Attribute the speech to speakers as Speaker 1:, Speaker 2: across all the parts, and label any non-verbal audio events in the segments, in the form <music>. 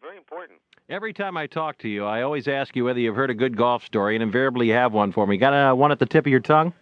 Speaker 1: very important.
Speaker 2: Every time I talk to you, I always ask you whether you've heard a good golf story, and invariably you have one for me. Got uh, one at the tip of your tongue?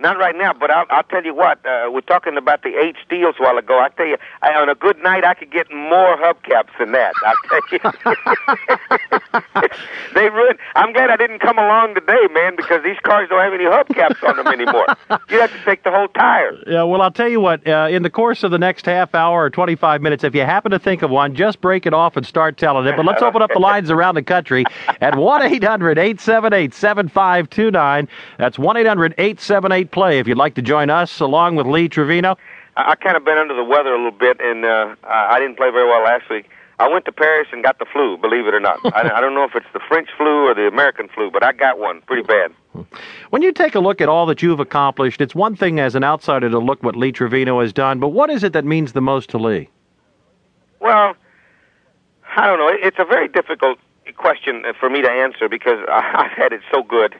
Speaker 1: Not right now, but I'll, I'll tell you what. Uh, we're talking about the eight steals a while ago. I tell you, I, on a good night, I could get more hubcaps than that. I tell you, <laughs> they ruined. I'm glad I didn't come along today, man, because these cars don't have any hubcaps on them anymore. You have to take the whole tire.
Speaker 2: Yeah, well, I'll tell you what. Uh, in the course of the next half hour or 25 minutes, if you happen to think of one, just break it off and start telling it. But let's open up the lines around the country at 1 800 878 7529. That's 1 800 878 play if you'd like to join us along with Lee Trevino.
Speaker 1: I, I kind of been under the weather a little bit, and uh, I, I didn't play very well last week. I went to Paris and got the flu, believe it or not. I, I don't know if it's the French flu or the American flu, but I got one pretty bad.
Speaker 2: When you take a look at all that you've accomplished, it's one thing as an outsider to look what Lee Trevino has done, but what is it that means the most to Lee?
Speaker 1: Well, I don't know. It- It's a very difficult question for me to answer because <laughs> I- I've had it so good,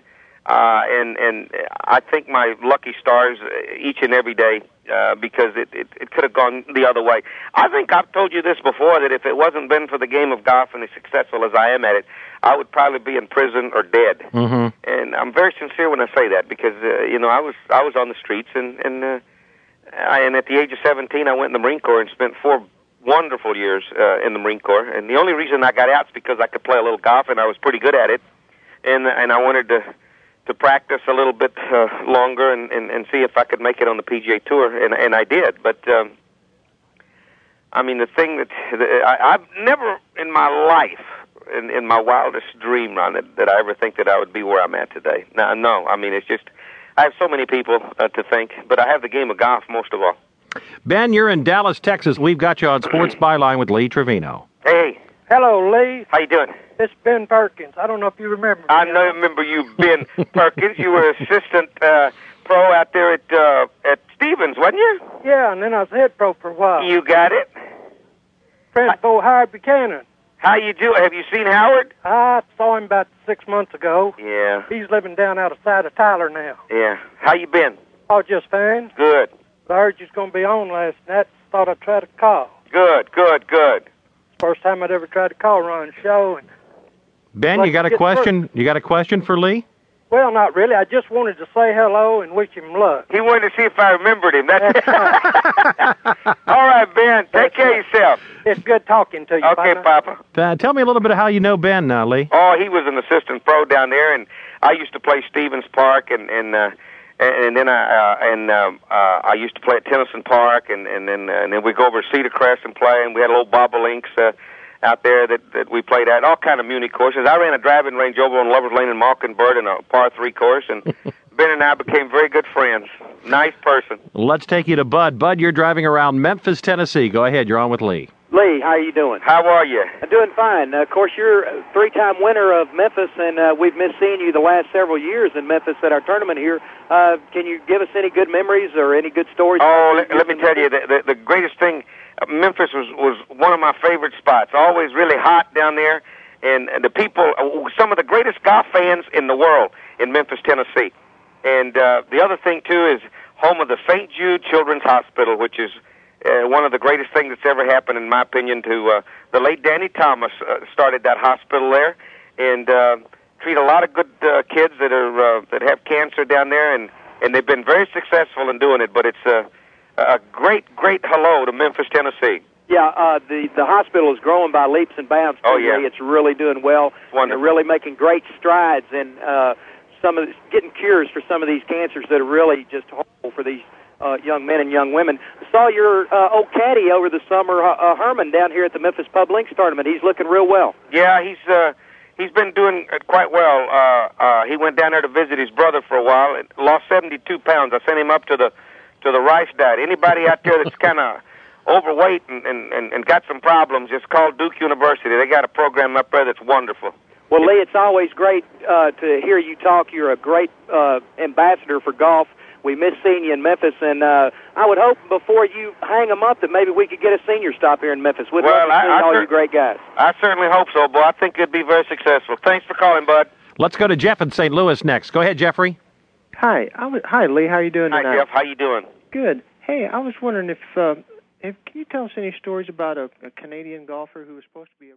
Speaker 1: uh, and and I think my lucky stars uh, each and every day uh, because it it, it could have gone the other way. I think I've told you this before that if it wasn't been for the game of golf and as successful as I am at it, I would probably be in prison or dead.
Speaker 2: Mm-hmm.
Speaker 1: And I'm very sincere when I say that because uh, you know I was I was on the streets and and. Uh, I, and at the age of 17, I went in the Marine Corps and spent four wonderful years uh, in the Marine Corps. And the only reason I got out is because I could play a little golf and I was pretty good at it. And and I wanted to to practice a little bit uh, longer and, and and see if I could make it on the PGA Tour. And and I did. But um, I mean, the thing that, that I, I've never in my life. In, in my wildest dream, Ron, that, that I ever think that I would be where I'm at today. No, no, I mean it's just I have so many people uh, to thank, but I have the game of golf most of all.
Speaker 2: Ben, you're in Dallas, Texas. We've got you on Sports Byline with Lee Trevino.
Speaker 1: Hey,
Speaker 3: Hello, Lee.
Speaker 1: how you doing?
Speaker 3: It's Ben Perkins. I don't know if you remember.
Speaker 1: I know, remember you, Ben Perkins. You were assistant uh, pro out there at uh, at Stevens, wasn't you?
Speaker 3: Yeah, and then I was head pro for a while.
Speaker 1: You got it.
Speaker 3: Principal Howard Buchanan.
Speaker 1: How you do? Have you seen Howard?
Speaker 3: I saw him about six months ago.
Speaker 1: Yeah,
Speaker 3: He's living down outside of Tyler now.
Speaker 1: yeah. How you been?
Speaker 3: Oh, just fine.
Speaker 1: Good,
Speaker 3: I heard you was going to be on last night. Thought I'd try to call.
Speaker 1: good, good, good.
Speaker 3: First time I'd ever tried to call Ron's show. And,
Speaker 2: Ben,
Speaker 3: Like
Speaker 2: you got a
Speaker 3: to get
Speaker 2: question? You got a question for Lee?
Speaker 3: well, not really. I just wanted to say hello and wish him luck.
Speaker 1: He wanted to see if I remembered him. That's <laughs>
Speaker 3: That's right.
Speaker 2: Uh,
Speaker 1: all right, Ben. Take care of yourself.
Speaker 3: it's good talking to you.
Speaker 1: Okay,
Speaker 3: partner.
Speaker 1: Papa.
Speaker 2: Uh, tell me a little bit of how you know Ben now, Lee.
Speaker 1: Oh, he was an assistant pro down there, and I used to play Stevens Park, and and uh, and then I uh, and um, uh, I used to play at Tennyson Park, and and then uh, and then we go over to Cedar Crest and play, and we had a little bobolinks uh, out there that that we played at all kind of muni courses. I ran a driving range over on Lovers Lane in Malkinburg in a par three course, and Ben and I became very good friends. Nice person.
Speaker 2: Let's take you to Bud. Bud, you're driving around Memphis, Tennessee. Go ahead. You're on with Lee.
Speaker 4: Lee, how you doing?
Speaker 1: How are you?
Speaker 4: I'm doing fine. Of course, you're a three-time winner of Memphis, and uh, we've missed seeing you the last several years in Memphis at our tournament here. Uh, can you give us any good memories or any good stories?
Speaker 1: Oh, let, let me tell you, the, the, the greatest thing, uh, Memphis was was one of my favorite spots. Always really hot down there, and uh, the people, uh, some of the greatest golf fans in the world in Memphis, Tennessee. And uh, the other thing too is home of the St. Jude Children's Hospital, which is uh, one of the greatest things that's ever happened, in my opinion, to uh, the late Danny Thomas uh, started that hospital there, and uh, treat a lot of good uh, kids that are uh, that have cancer down there, and and they've been very successful in doing it. But it's a a great great hello to Memphis, Tennessee.
Speaker 4: Yeah, uh, the the hospital is growing by leaps and bounds.
Speaker 1: Oh, yeah.
Speaker 4: Lee. it's really doing well.
Speaker 1: Wonderful.
Speaker 4: They're really making great strides in uh, some of the, getting cures for some of these cancers that are really just horrible for these uh, young men and young women. I saw your uh, old caddy over the summer, uh, uh, Herman, down here at the Memphis Pub Links tournament. He's looking real well.
Speaker 1: Yeah, he's uh, he's been doing uh, quite well. Uh, uh, he went down there to visit his brother for a while and lost 72 pounds. I sent him up to the to the rice diet. Anybody out there that's kind of <laughs> overweight and, and, and, and got some problems, just call Duke University. They got a program up there that's wonderful.
Speaker 4: Well, Lee, it's always great uh, to hear you talk. You're a great uh, ambassador for golf. We miss seeing you in Memphis, and uh, I would hope before you hang them up that maybe we could get a senior stop here in Memphis. We'd
Speaker 1: Well,
Speaker 4: love to
Speaker 1: I-
Speaker 4: see
Speaker 1: I
Speaker 4: all
Speaker 1: cer-
Speaker 4: you great guys.
Speaker 1: I certainly hope so, boy. I think it'd be very successful. Thanks for calling, bud.
Speaker 2: Let's go to Jeff in St. Louis next. Go ahead, Jeffrey.
Speaker 5: Hi, I was, hi Lee. How you doing
Speaker 1: Hi,
Speaker 5: tonight?
Speaker 1: Jeff. How you doing?
Speaker 5: Good. Hey, I was wondering if uh, if can you tell us any stories about a, a Canadian golfer who was supposed to be a